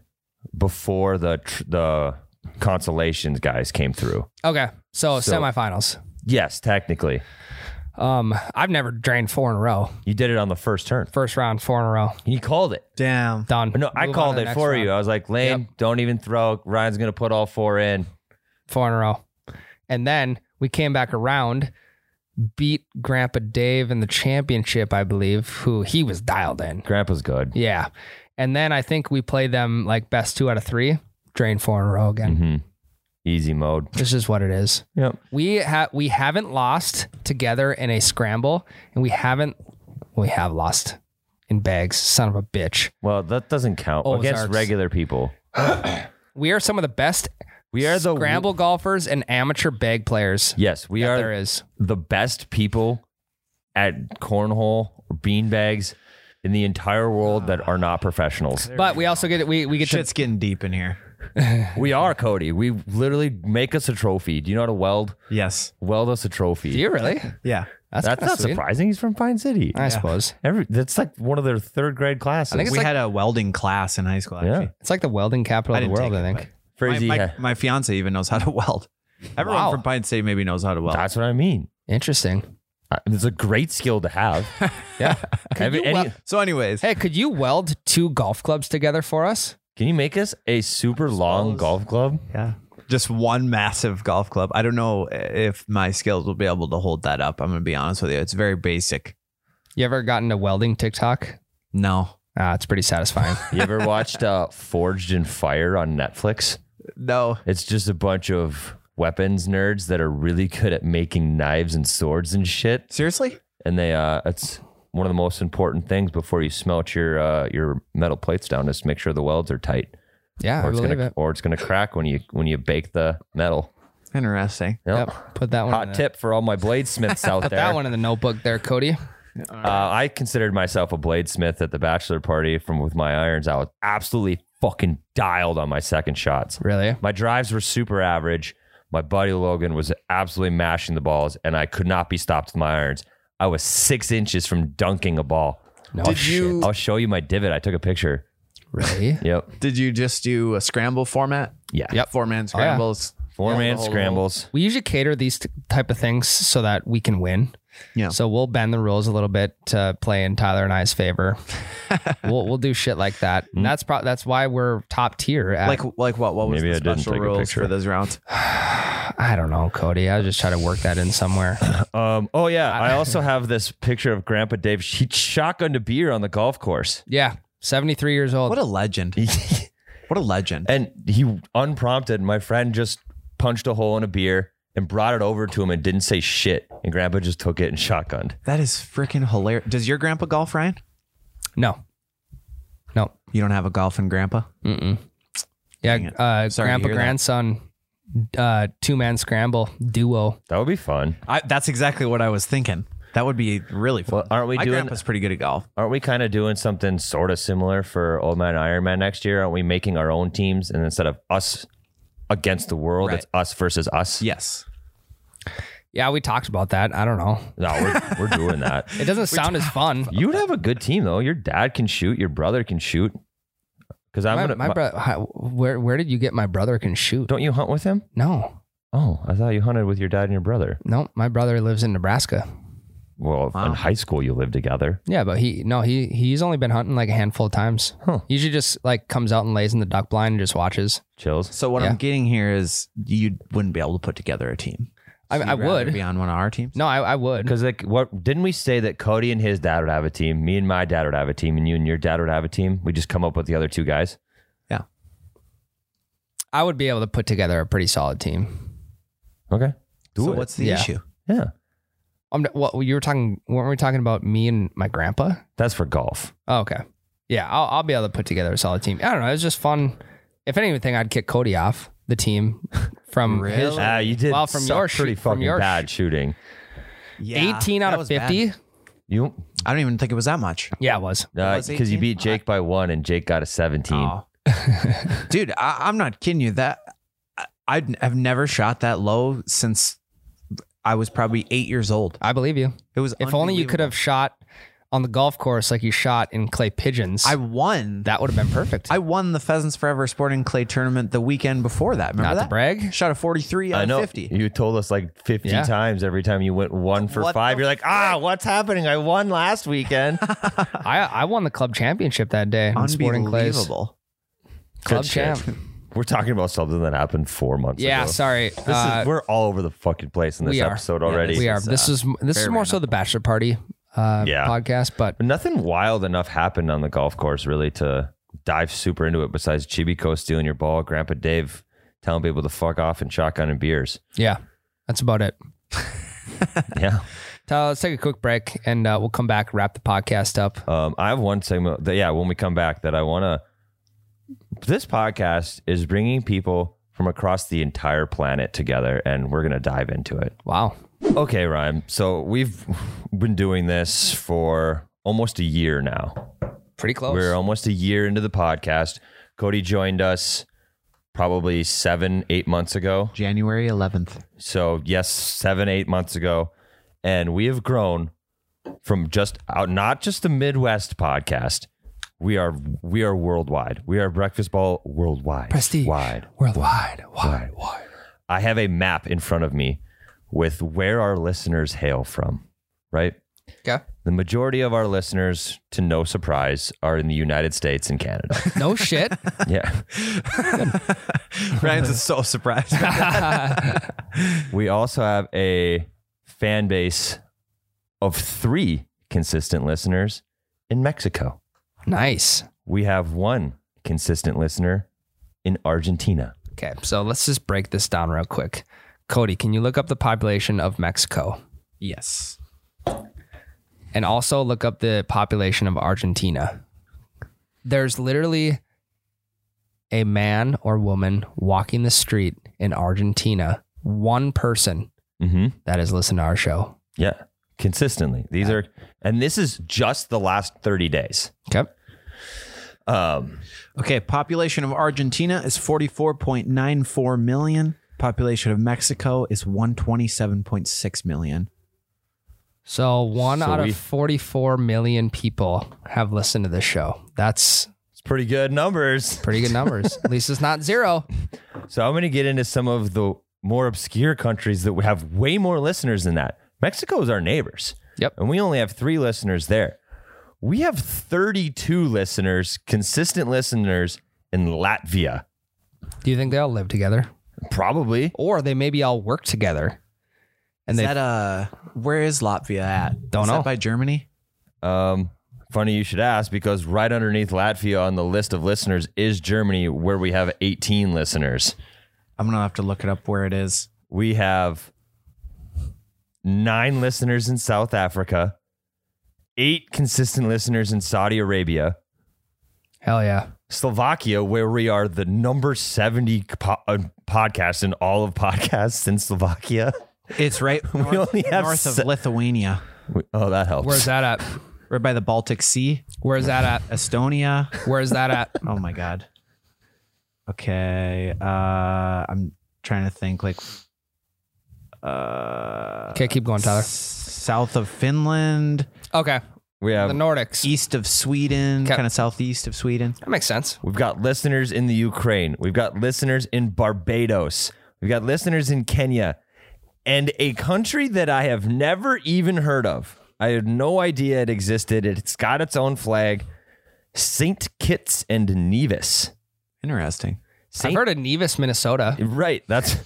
S1: before the tr- the consolations guys came through.
S2: okay, so,
S1: so-
S2: semifinals.
S1: Yes, technically,
S2: Um, I've never drained four in a row.
S1: you did it on the first turn.
S2: First round, four in a row.
S1: He called it.
S6: Damn.
S2: Done.
S1: No, I
S2: Move on
S1: called
S2: to the
S1: it
S2: next
S1: for
S2: round.
S1: you. I was like, Lane, don't even throw. Ryan's gonna put all four in.
S2: four in a row. And then we came back around, beat Grandpa Dave in the championship, I believe, who he was dialed in.
S1: Grandpa's good.
S2: Yeah. And then I think we played them like best two out of three. drain four in a row again.
S1: hmm Easy mode.
S2: This is what it is.
S1: Yep.
S2: We have we haven't lost together in a scramble, and we haven't we have lost in bags. Son of a bitch.
S1: Well, that doesn't count against
S2: Ozarks.
S1: regular people.
S2: We are some of the best
S1: We are the
S2: scramble golfers and amateur bag players.
S1: Yes, we
S2: that
S1: are
S2: there is.
S1: the best people at cornhole or beanbags in the entire world
S2: Ah.
S1: that are not professionals.
S2: But we also get we we get
S3: Shit's getting deep in here.
S1: We are Cody. We literally make us a trophy. Do you know how to weld?
S3: Yes.
S1: Weld us a trophy.
S2: to. Do you really?
S3: Yeah.
S2: That's,
S1: That's
S2: kinda
S1: not
S2: sweet.
S1: surprising. He's from Pine City.
S2: I suppose
S1: Every that's like one of their third grade classes.
S2: I think it's
S3: we
S2: like-
S3: had a welding class in high school.
S1: Yeah.
S3: Actually.
S2: it's like the welding capital
S3: I
S2: of the
S3: didn't
S2: world.
S3: take
S2: I
S3: it,
S2: think.
S3: but-
S1: Frizzy.
S3: My, my,
S1: ha-
S3: my fiance even knows how to weld. Everyone
S2: Wow.
S3: from Pine State maybe knows how to weld.
S1: that's what I mean.
S2: Interesting.
S1: I- It's a great skill to have.
S2: [LAUGHS] Yeah.
S1: Every-
S2: you uh,
S1: any-
S2: wel-
S3: so, anyways,
S2: Hey, could you weld two golf clubs together for us?
S1: can you make us a super long golf
S2: [LAUGHS]
S1: club?
S3: yeah, just one massive golf club. I don't know if my skills will be able to hold that up. I'm gonna be honest with you. It's very basic.
S2: You ever gotten a welding TikTok?
S3: No,
S2: Ah, it's pretty satisfying.
S1: You ever watched uh, Forged in Fire on Netflix?
S3: no.
S1: It's just a bunch of weapons nerds that are really good at making knives and swords and shit.
S3: Seriously?
S1: And they uh it's one of the most important things before you smelt your uh, your metal plates down is to make sure the welds are tight.
S2: Yeah, I
S1: it's
S2: believe
S1: gonna
S2: it.
S1: or it's gonna crack when you when you bake the metal.
S3: Interesting.
S1: Yep.
S2: Yep. Put that one. in
S1: Hot
S2: the-
S1: tip for all my bladesmiths
S2: [LAUGHS]
S1: out
S2: Put
S1: there.
S2: that one in the notebook there, Cody.
S1: Uh, I considered myself a bladesmith at the bachelor party from with my irons. I was absolutely fucking dialed on my second shots.
S2: Really?
S1: My drives were super average. My buddy Logan was absolutely mashing the balls, and I could not be stopped with my irons. I was six inches from dunking a ball.
S2: No
S3: Did
S2: shit.
S3: you
S1: I'll show you my divot. I took a picture.
S2: Really?
S1: Yep.
S3: did you just do a scramble format?
S1: Oh, Yeah.
S2: Yep.
S3: Four man scrambles.
S1: Four
S3: Yeah, the
S1: man
S3: whole-
S1: scrambles.
S2: We usually cater these t- type of things so that we can win.
S3: Yeah.
S2: So we'll bend the rules a little bit to play in Tyler and I's favor. we'll we'll do shit like that. And that's pro- that's why we're top tier. At,
S3: Like like what? What was
S1: Maybe I
S3: the
S1: didn't
S3: special
S1: take a
S3: rules
S1: picture. Oh.
S3: for those rounds?
S2: I don't know, Cody. I was just trying to work that in
S3: [LAUGHS]
S2: somewhere.
S1: Um, oh, yeah. I also have this picture of Grandpa Dave. He shotgunned a beer on the golf [LAUGHS] course.
S2: yeah, seventy three years old.
S3: What a legend! What a legend!
S1: And he unprompted, my friend just punched a hole in a beer and brought it over to him and didn't say shit. And grandpa just took it and shotgunned.
S3: That is freaking hilarious. Does your grandpa golf, Ryan?
S2: no, no.
S3: You don't have a golfing grandpa?
S2: Mm-mm. Yeah,
S3: Dang it.
S2: uh,
S3: Sorry to
S2: grandpa
S3: hear that.
S2: grandson uh, two man scramble duo.
S1: That would be fun.
S3: I, that's exactly what I was thinking. That would be really fun.
S1: Well, aren't we
S3: My
S1: doing-
S3: grandpa's pretty good at golf.
S1: Aren't we kind of doing something sort of similar for Old Man Iron Man next year? Aren't we making our own teams and instead of us against the world,
S3: Right.
S1: it's us versus us?
S3: Yes.
S2: Yeah, we talked about that. I don't know.
S1: No, we're, we're doing [LAUGHS] that.
S2: It doesn't sound as fun.
S1: You'd have a good team though. Your dad can shoot. Your brother can shoot. Because I'm
S2: My,
S1: gonna.
S2: my
S1: my-
S2: brother, where where did you get my brother can shoot?
S1: don't you hunt with him?
S2: No,
S1: Oh, I thought you hunted with your dad and your brother.
S2: no, my brother lives in Nebraska.
S1: Well, in high school you lived together.
S2: Yeah, but he no he he's only been hunting like a handful of times. He usually just like comes out and lays in the duck blind and just watches.
S1: Chills.
S3: So what
S2: Yeah.
S3: I'm getting here is you wouldn't be able to put together a team.
S2: I, I
S3: You'd rather
S2: would
S3: be on one of our teams.
S2: no, I, I would.
S1: Because like, what didn't we say that Cody and his dad would have a team? Me and my dad would have a team, and you and your dad would have a team. We just come up with the other two guys.
S2: I would be able to put together a pretty solid team.
S1: Okay. Do
S3: so
S1: it.
S3: what's the
S2: Yeah.
S3: issue?
S1: yeah.
S2: Um, what you were talking? Weren't we talking about me and my grandpa?
S1: That's for golf.
S2: Oh, okay. Yeah, I'll, I'll be able to put together a solid team. I don't know. It was just fun. If anything, I'd kick Cody off the team [LAUGHS] from his
S1: Ah, you did.
S2: Well, from
S1: suck
S2: your shoot-
S1: pretty
S2: from
S1: fucking
S2: your
S1: bad shooting.
S3: Yeah,
S2: 18 out
S3: that
S2: of
S3: was bad.
S2: 50.
S1: You
S3: I don't even think it was that much.
S2: Yeah, it was.
S3: was
S1: because you
S3: 18?
S1: beat Jake by one, and Jake got a seventeen.
S3: Oh. [LAUGHS] Dude, I, I'm not kidding you. That I, I'd- I've never shot that low since I was probably eight years old.
S2: I believe you.
S3: It was
S2: If only you could have shot on the golf course like you shot in Clay Pigeons,
S3: I won.
S2: that would have been perfect.
S3: I won the Pheasants Forever Sporting Clay tournament the weekend before that. Remember
S2: Not
S3: that?
S2: to
S3: [LAUGHS]
S2: brag.
S3: Shot a 43 out
S1: I know.
S3: of 50.
S1: You told us like fifty
S2: Yeah.
S1: times every time you went one for
S3: What
S1: five.
S3: the
S1: You're like, ah, what's happening? I won last
S3: [LAUGHS]
S1: weekend.
S2: I, I won the club championship that day in sporting clays.
S3: Unbelievable.
S2: Club
S1: Good
S2: champ.
S1: shit. We're talking about something that happened four months
S2: Yeah,
S1: ago.
S2: sorry.
S1: This
S2: Uh,
S1: is we're all over the fucking place in this
S2: we are.
S1: episode
S3: Yeah,
S1: already.
S2: we are.
S3: is,
S2: This
S3: uh,
S2: is this is
S3: very
S2: more so the bachelor party uh,
S1: Yeah.
S2: podcast, but
S1: But nothing wild enough happened on the golf course really to dive super into it besides Chibico stealing your ball, Grandpa Dave telling people to fuck off and shotgun and
S2: [LAUGHS]
S1: beers.
S2: Yeah, that's about it.
S1: Yeah.
S2: Tyler, let's take a quick break and uh, we'll come back, wrap the podcast up.
S1: Um, I have one segment that, yeah, when we come back, that I want to. This podcast is bringing people from across the entire planet together, and we're going to dive into it.
S2: Wow.
S1: Okay, Ryan. So we've been doing this for almost a year now.
S2: Pretty close.
S1: We're almost a year into the podcast. Cody joined us probably seven, eight months ago.
S3: January 11th.
S1: So, yes, seven, eight months ago. And we have grown from just out, not just the Midwest podcast. We are we are worldwide. We are breakfast ball worldwide.
S2: Prestige.
S1: Wide.
S2: worldwide. Wide, wide.
S1: I have a map in front of me with where our listeners hail from, right?
S2: Okay.
S1: The majority of our listeners, to no surprise, are in the United States and Canada.
S2: No [LAUGHS] shit.
S1: yeah.
S3: Ryan's so surprised.
S1: We also have a fan base of three consistent listeners in Mexico.
S2: nice.
S1: We have one consistent listener in Argentina.
S2: Okay, so let's just break this down real quick. Cody, can you look up the population of Mexico
S3: [LAUGHS] yes.
S2: and also look up the population of Argentina? There's literally a man or woman walking the street in Argentina, one person
S1: Mm-hmm.
S2: that has listened to our show.
S1: Yeah. Consistently. These are, and this is just the last 30 days.
S2: Okay.
S1: Um,
S3: Okay, population of Argentina is 44.94 million. Population of Mexico is 127.6 million.
S2: So one
S1: So
S2: out
S1: we-
S2: of 44 million people have listened to this show. That's
S1: it's pretty good numbers.
S2: pretty
S1: [LAUGHS]
S2: good numbers. At least it's not zero.
S1: So I'm going to get into some of the more obscure countries that have way more listeners than that. Mexico is our neighbors.
S2: Yep.
S1: And we only have three listeners there. We have 32 listeners, consistent listeners in Latvia,
S2: Do you think they all live together?
S1: probably.
S2: Or they maybe all work together.
S3: And
S2: And
S3: is
S2: they
S3: that uh, where is Latvia at?
S2: Don't
S3: Is
S2: know.
S3: That by Germany.
S1: Um, funny you should ask because right underneath Latvia on the list of listeners is Germany, where we have 18 listeners.
S3: I'm gonna have to look it up where it is.
S1: We have nine listeners in South Africa, eight consistent listeners in Saudi Arabia.
S2: hell yeah.
S1: Slovakia, where we are the number 70 po- uh, podcast in all of podcasts in Slovakia. [LAUGHS]
S3: It's right north,
S1: only have
S3: north of
S1: se-
S3: Lithuania.
S1: We- oh, that helps.
S2: Where's that at?
S3: Right by the Baltic Sea,
S2: Where's that at?
S3: Estonia.
S2: Where's that at?
S3: Oh my god. Okay, uh, I'm trying to think. Like, uh,
S2: Okay, keep going, Tyler.
S3: s- south of Finland,
S2: Okay.
S1: We
S2: The
S1: have,
S2: Nordics.
S3: east of Sweden,
S2: Okay.
S3: kind of southeast of Sweden.
S2: That makes sense.
S1: we've got listeners in the Ukraine. We've got listeners in Barbados. We've got listeners in Kenya and a country that I have never even heard of. I had no idea it existed. It's got its own flag. St. Kitts and Nevis.
S3: Interesting.
S2: I've
S1: Saint-
S2: heard of Nevis, Minnesota.
S1: Right. That's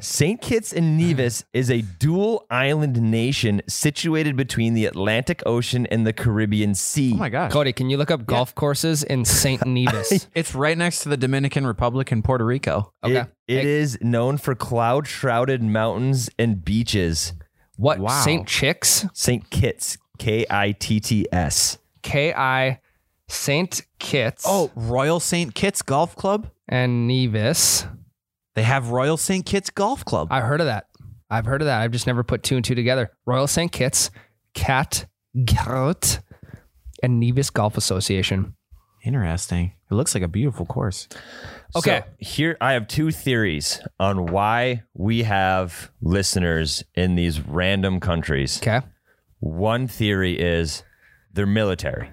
S1: St. Kitts and Nevis is a dual island nation situated between the Atlantic Ocean and the Caribbean Sea.
S3: Oh my gosh.
S2: Cody, can you look up golf courses in St.
S1: [LAUGHS]
S2: Nevis?
S3: It's right next to the Dominican Republic and Puerto Rico.
S2: Okay.
S1: It- it is known for cloud shrouded mountains and beaches.
S2: What?
S3: Wow.
S2: St. Chicks?
S1: St. Kitts, K I T T S.
S2: K.I. St. Kitts
S3: Oh, Royal St. Kitts Golf Club?
S2: and Nevis.
S3: They have Royal St. Kitts Golf Club.
S2: I've heard of that. I've heard of that. I've just never put two and two together. Royal St. Kitts, Cat Garrot, and Nevis Golf Association.
S3: Interesting. It looks like a beautiful course.
S2: Okay.
S1: So here I have two theories on why we have listeners in these random countries.
S2: Okay.
S1: One theory is they're military.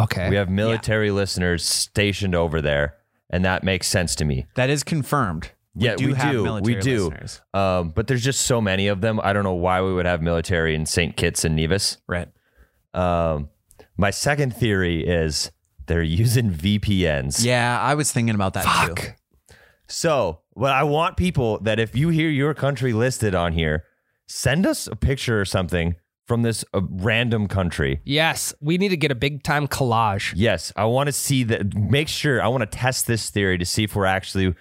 S2: Okay.
S3: Eh,
S1: We have military listeners stationed over there, and that makes sense to me.
S3: That is confirmed.
S1: yeah,
S3: do
S1: we
S3: have
S1: do.
S3: military
S1: we do.
S3: listeners.
S1: Um, but there's just so many of them. I don't know why we would have military in St. Kitts and Nevis.
S3: Right.
S1: Um, my second theory is they're using VPNs.
S3: Yeah, I was thinking about that too.
S2: Fuck.
S1: So, but I want people that if you hear your country listed on here, send us a picture or something from this uh, random country.
S2: Yes, we need to get a big time collage.
S1: Yes, I want to see that. Make sure I want to test this theory to see if we're actually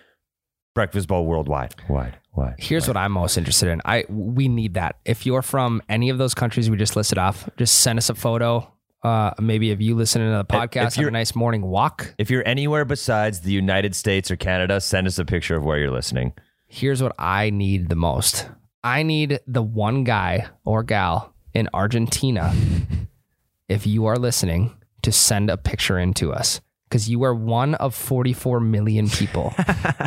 S1: breakfast bowl worldwide. Wide, wide.
S2: Here's what I'm most interested in. I we need that. If you're from any of those countries we just listed off, just send us a photo. Uh, maybe if you listening to the
S1: If- if
S2: podcast, have a
S1: you're-
S2: nice morning walk.
S1: If you're anywhere besides the United States or Canada, send us a picture of where you're listening.
S2: Here's what I need the most. I need the one guy or gal in
S1: [LAUGHS]
S2: Argentina, if you are listening, to send a picture in to us because you are one of 44
S1: [LAUGHS]
S2: million people,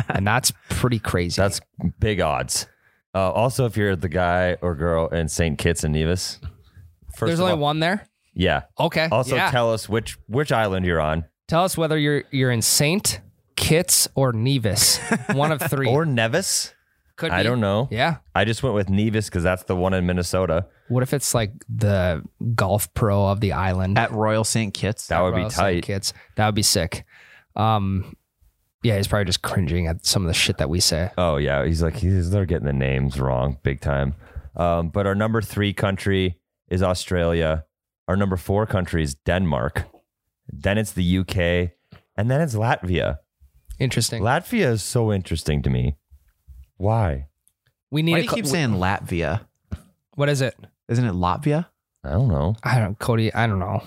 S2: and that's pretty crazy.
S1: That's big odds. Uh, also, if you're the guy or girl in St. Kitts and Nevis, first
S2: there's
S1: of
S2: only
S1: all-
S2: one there.
S1: Yeah.
S2: Okay.
S1: Also,
S2: yeah.
S1: tell us which which island you're on
S2: Tell us whether you're you're in Saint Kitts
S1: [LAUGHS]
S2: or Nevis. One of three.
S1: or Nevis.
S2: Could
S1: I
S2: be.
S1: don't know.
S2: Yeah.
S1: I just went with Nevis because that's the one in Minnesota.
S2: What if it's like the golf pro of the island?
S3: at Royal St. Kitts.
S1: That would be
S2: Royal Saint
S1: tight.
S2: Kitts. That would be sick. Um, yeah, he's probably just cringing at some of the shit that we say.
S1: Oh yeah, he's like he's they're getting the names wrong big time. Um, but our number three country is Australia. Our number four country is Denmark. Then it's the UK, and then it's Latvia.
S2: Interesting.
S1: Latvia is so interesting to me. Why?
S2: we need.
S3: Why
S2: a
S3: do you
S2: co-
S3: keep saying Latvia?
S2: what is it?
S3: Isn't it Latvia?
S1: I don't know.
S2: I don't, Cody. I don't know.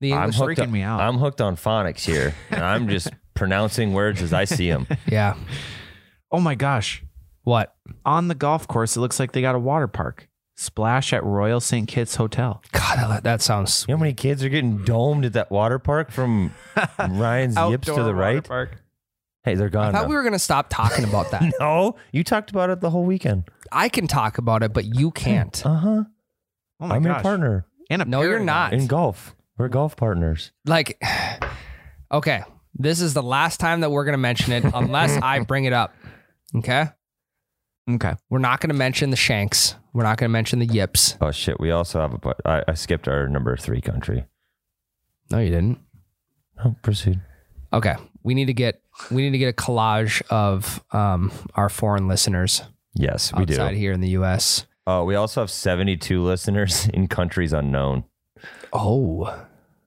S2: The
S1: I'm
S2: English.
S1: hooked
S3: freaking
S1: on,
S3: me out.
S1: I'm hooked on phonics
S2: [LAUGHS]
S1: here, and I'm just pronouncing words as I see them.
S2: yeah.
S3: Oh my gosh.
S2: What?
S3: On the golf course, it looks like they got a water park. Splash at Royal St. Kitts Hotel.
S2: God, that, that sounds.
S1: You know how many kids are getting domed at that water park
S2: [LAUGHS]
S1: from Ryan's yips to the right? Hey, they're
S2: I
S1: gone.
S2: thought
S1: now.
S2: we were gonna stop talking
S1: [LAUGHS]
S2: about that.
S1: no, you talked about it the whole weekend.
S2: I can talk about it, but you can't.
S1: Uh huh.
S3: Oh my
S1: I'm your
S3: gosh.
S1: partner
S3: And a
S2: No, you're
S3: paragon.
S2: not.
S1: in golf. We're golf partners.
S2: like [SIGHS] okay this is the last time that we're going to mention it unless i [LAUGHS] bring it up okay
S3: Okay.
S2: we're not going to mention the shanks we're not going to mention the yips
S1: Oh shit! We also have a. bu- I, I skipped our number three country.
S2: no you didn't
S1: Oh, proceed.
S2: okay we need to get we need to get a collage of um, our foreign listeners
S1: Yes, we
S2: outside
S1: do.
S2: here in the us
S1: Uh, we also have 72 listeners [LAUGHS] in countries unknown.
S2: oh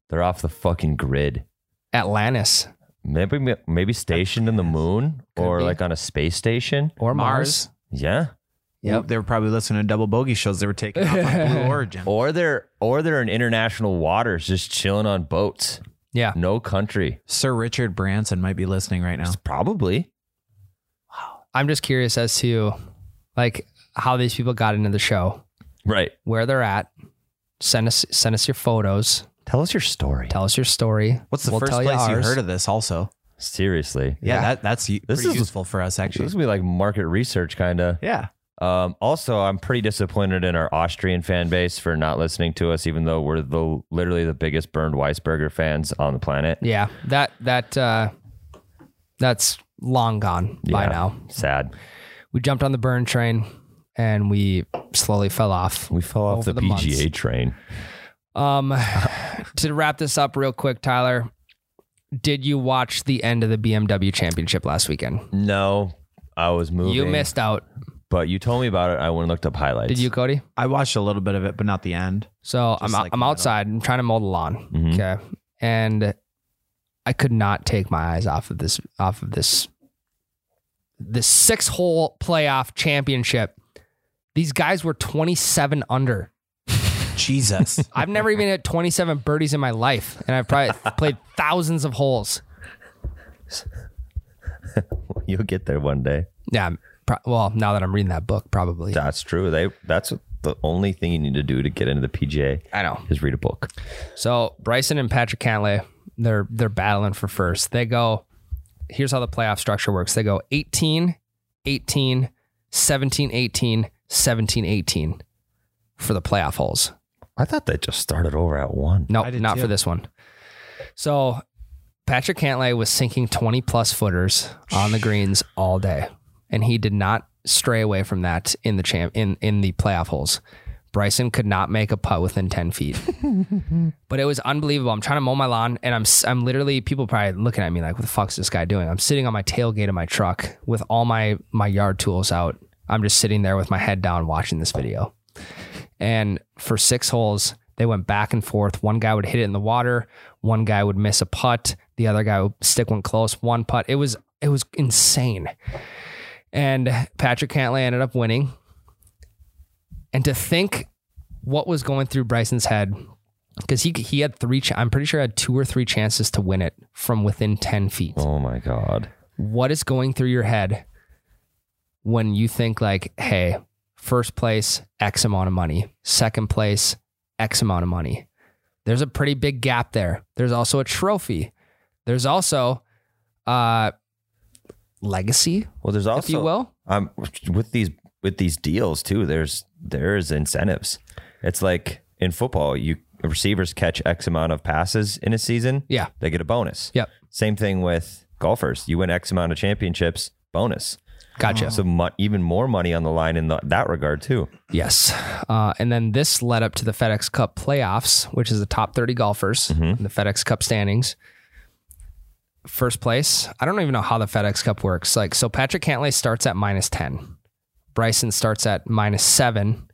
S1: They're off the fucking grid.
S2: atlantis
S1: Maybe maybe stationed in the moon
S2: Could
S1: or
S2: be.
S1: like on a space station.
S2: or mars, Mm.
S1: Yeah.
S2: Yep.
S3: They were probably listening to double bogey shows they were taking off on [LAUGHS] Blue Origin.
S1: Or they're or they're in international waters just chilling on boats.
S2: yeah
S1: No country.
S3: Sir Richard Branson might be listening right now.
S1: Probably.
S2: i'm just curious as to like how these people got into the show
S1: Right.
S2: where they're at send us send us your photos
S1: Tell us your story.
S2: tell us your story
S3: What's the
S2: We'll
S3: first
S2: tell
S3: place you
S2: ours.
S3: heard of this also?
S1: Seriously.
S3: Yeah,
S2: Yeah.
S3: that that's u-
S1: This
S3: pretty
S1: is-
S3: useful for us
S1: This
S3: actually.
S1: would be like market research kind of.
S3: Yeah.
S1: Um, also, I'm pretty disappointed in our Austrian fan base for not listening to us, even though we're the literally the biggest burned Weisberger fans on the planet.
S2: Yeah, that that uh, that's long gone by
S1: Yeah.
S2: now.
S1: Sad.
S2: We jumped on the burn train and we slowly fell off.
S1: We fell off
S2: Over
S1: the,
S2: the
S1: PGA
S2: months.
S1: train.
S3: [LAUGHS]
S2: Um, to wrap this up real quick, Tyler, did you watch the end of the BMW Championship last weekend?
S1: No, I was moving.
S2: You missed out.
S1: but you told me about it. I went and looked up highlights.
S2: Did you, Cody?
S3: I watched a little bit of it, but not the end.
S2: So I'm
S3: Just like Mm-hmm.
S2: I'm
S3: metal.
S2: outside. I'm trying to mow the lawn.
S1: Mhm.
S2: Okay, and I could not take my eyes off of this off of this this six hole playoff championship. These guys were 27 under.
S3: [LAUGHS] Jesus.
S2: I've never even hit 27 birdies in my life, and I've
S3: [LAUGHS]
S2: probably played thousands of holes.
S1: [LAUGHS] You'll get there one day.
S2: Yeah. I'm Pro- well, now that I'm reading that book, probably.
S1: That's true. They that's the only thing you need to do to get into the PGA
S2: I know.
S1: is read a book.
S2: So Bryson and Patrick Cantlay, they're they're battling for first. They go, here's how the playoff structure works. They go 18, 18, 17, 18, 17, 18 for the playoff holes.
S1: I thought they just started over at one.
S2: No,
S3: I did
S2: not
S3: too.
S2: for this one. So Patrick Cantlay was sinking 20 plus footers on the greens all day, and he did not stray away from that in the champ in, in the playoff holes. Bryson could not make a putt within 10
S3: [LAUGHS]
S2: feet. but it was unbelievable. I'm trying to mow my lawn and I'm s- I'm literally people probably looking at me like what the fuck's this guy doing? I'm sitting on my tailgate of my truck with all my my yard tools out. I'm just sitting there with my head down watching this video. And for six holes, they went back and forth. One guy would hit it in the water, one guy would miss a putt, the other guy would stick one close, one putt. It was it was insane. And Patrick Cantley ended up winning. And to think what was going through Bryson's head because he he had three. Ch- I'm pretty sure had two or three chances to win it from within ten feet.
S1: Oh my god.
S2: What is going through your head when you think like, hey, first place X amount of money, second place X amount of money? There's a pretty big gap there. There's also a trophy. There's also uh legacy,
S1: Well, there's also
S2: if you will.
S1: um, with these with these deals too. There's there's incentives. It's like in football, you receivers catch X amount of passes in a season.
S2: Yeah.
S1: they get a bonus.
S2: Yep.
S1: Same thing with golfers. You win X amount of championships, bonus.
S2: Gotcha.
S1: So mu- even more money on the line in the, that regard too.
S2: Yes. Uh, and then this led up to the FedEx Cup playoffs, which is the top 30 golfers in the FedEx Cup standings. First place, I don't even know how the FedEx Cup works. Like, so Patrick Cantlay starts at minus 10, Bryson starts at minus seven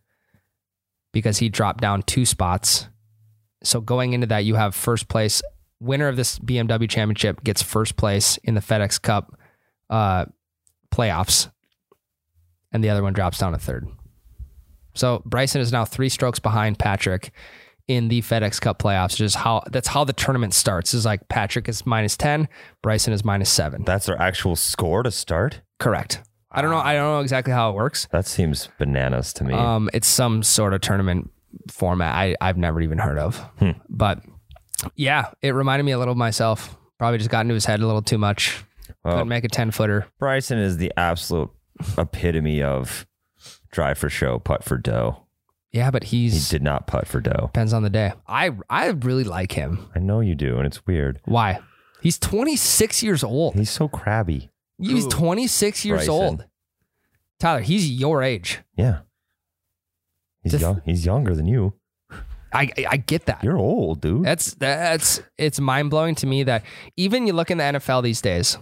S2: because he dropped down two spots. So going into that, you have first place. Winner of this BMW championship gets first place in the FedEx Cup uh, playoffs, and the other one drops down to third. So Bryson is now three strokes behind Patrick in the FedEx Cup playoffs. Just how that's how the tournament starts. Is like Patrick is minus ten, Bryson is minus seven.
S1: That's their actual score to start.
S2: Correct. I don't know. I don't know exactly how it works.
S1: That seems bananas to me.
S2: Um, it's some sort of tournament format I, I've never even heard of.
S1: Hmm.
S2: But yeah, it reminded me a little of myself. Probably just got into his head a little too much.
S1: Well,
S2: Couldn't make a ten footer.
S1: Bryson is the absolute epitome of drive for show, putt for dough.
S2: Yeah, but
S1: He
S2: he's
S1: did not putt for dough.
S2: depends on the day. I I really like him.
S1: I know you do, and it's weird.
S2: Why? He's 26 years old.
S1: He's so crabby.
S2: He's 26 years
S1: Bryson.
S2: old. Tyler, he's your age.
S1: Yeah. He's
S2: Def-
S1: young. He's younger than you.
S2: I I- I get that.
S1: You're old, dude.
S2: That's that's it's mind blowing to me that even you look in the NFL these days.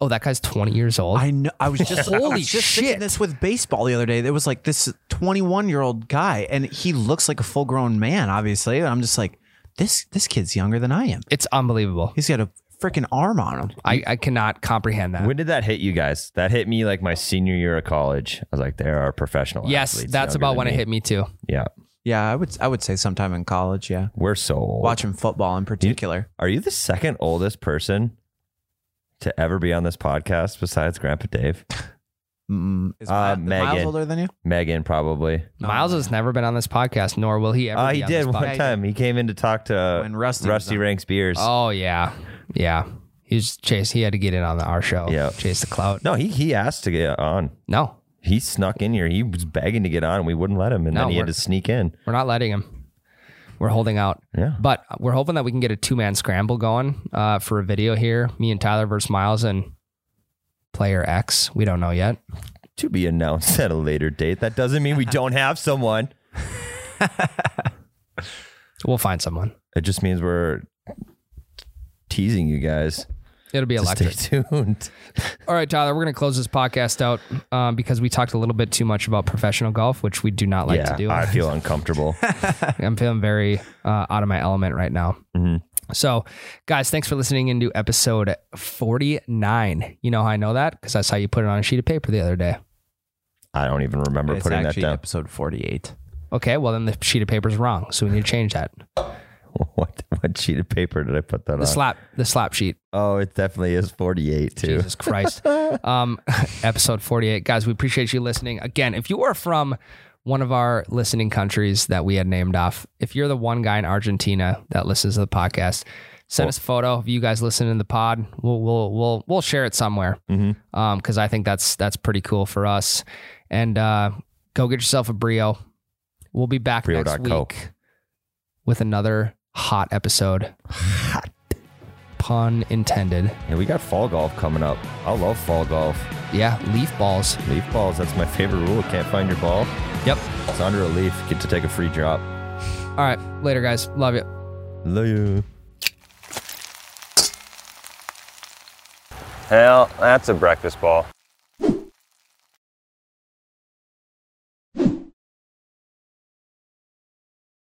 S2: Oh, that guy's 20 years old.
S3: I know.
S1: [LAUGHS]
S3: I was just I
S2: Holy
S3: was just
S2: shit.
S3: thinking this with baseball the other day. There was like this 21 year old guy, and he looks like a full grown man. Obviously, and I'm just like this. This kid's younger than I am.
S2: it's unbelievable.
S3: He's got a freaking arm on him.
S2: I, I cannot comprehend that.
S1: when did that hit you guys? That hit me like my senior year of college. I was like, there are professional.
S2: Yes,
S1: athletes
S2: that's
S1: younger
S2: about
S1: than
S2: when it
S1: me. Oh,
S2: hit me too.
S1: Yeah,
S3: Yeah, I would. I would say sometime in college. Yeah,
S1: we're so old.
S3: watching football in particular.
S1: Are you the second oldest person to ever be on this podcast besides Grandpa Dave?
S3: Mm, is
S1: Uh,
S3: Miles,
S1: Megan.
S3: Miles older than you?
S1: Megan probably.
S2: Miles has never been on this podcast, nor will he ever.
S1: Ah,
S2: be
S1: he
S2: on
S1: did
S2: this
S1: one
S2: podcast.
S1: time. He came in to talk to uh,
S3: When Rusty was
S1: Rusty
S3: on.
S1: Ranks Beers.
S2: Oh yeah, yeah. He's chase. He had to get in on the, our show.
S1: Yeah.
S2: chase the clout.
S1: No, he he asked to get on.
S2: No,
S1: He snuck in here. He was begging to get on, and we wouldn't let him. And
S2: No,
S1: then he had
S2: we're-
S1: to sneak in.
S2: we're not letting him. We're holding out.
S1: Yeah.
S2: But we're hoping that we can get a two man scramble going uh, for a video here. Me and Tyler versus Miles and player X. We don't know yet.
S1: To be announced [LAUGHS] at a later date. That doesn't mean
S2: [LAUGHS]
S1: we don't have someone.
S2: We'll find someone.
S1: It just means we're teasing you guys.
S2: It'll be
S1: So
S2: electric.
S1: Stay tuned.
S2: All right, Tyler, we're going to close this podcast out um, because we talked a little bit too much about professional golf, which we do not [LAUGHS] like
S1: yeah,
S2: to do.
S1: I feel uncomfortable.
S2: [LAUGHS] I'm feeling very uh, out of my element right now.
S1: Mm-hmm.
S2: So, guys, thanks for listening into episode 49. You know how I know that? Because I saw you put it on a sheet of paper the other day.
S1: I don't even remember
S3: It's
S1: putting that
S3: actually
S1: down. [LAUGHS]
S3: episode 48.
S2: Okay, well, then the sheet of paper's wrong. So we need to change that.
S1: What what sheet of paper did I put that
S2: The
S1: on?
S2: slap, the slap sheet.
S1: oh, it definitely is forty eight too.
S2: Jesus Christ. um, [LAUGHS] episode 48. Guys, we appreciate you listening. Again, if you are from one of our listening countries that we had named off, if you're the one guy in Argentina that listens to the podcast, send us a photo of you guys listening to the pod. We'll we'll we'll we'll share it somewhere.
S1: Mhm.
S2: Um, cuz I think that's that's pretty cool for us. And uh go get yourself a Brio. We'll be back next
S1: Brio.co.
S2: week with another hot episode. Hot pun intended.
S1: And we got fall golf coming up. I love fall golf.
S2: Yeah, leaf balls.
S1: Leaf balls. That's my favorite rule. Can't find your ball.
S2: Yep.
S1: It's under a leaf. Get to take a free drop.
S2: All right. Later, guys. Love you.
S1: Love you.
S7: Hell, that's a breakfast ball.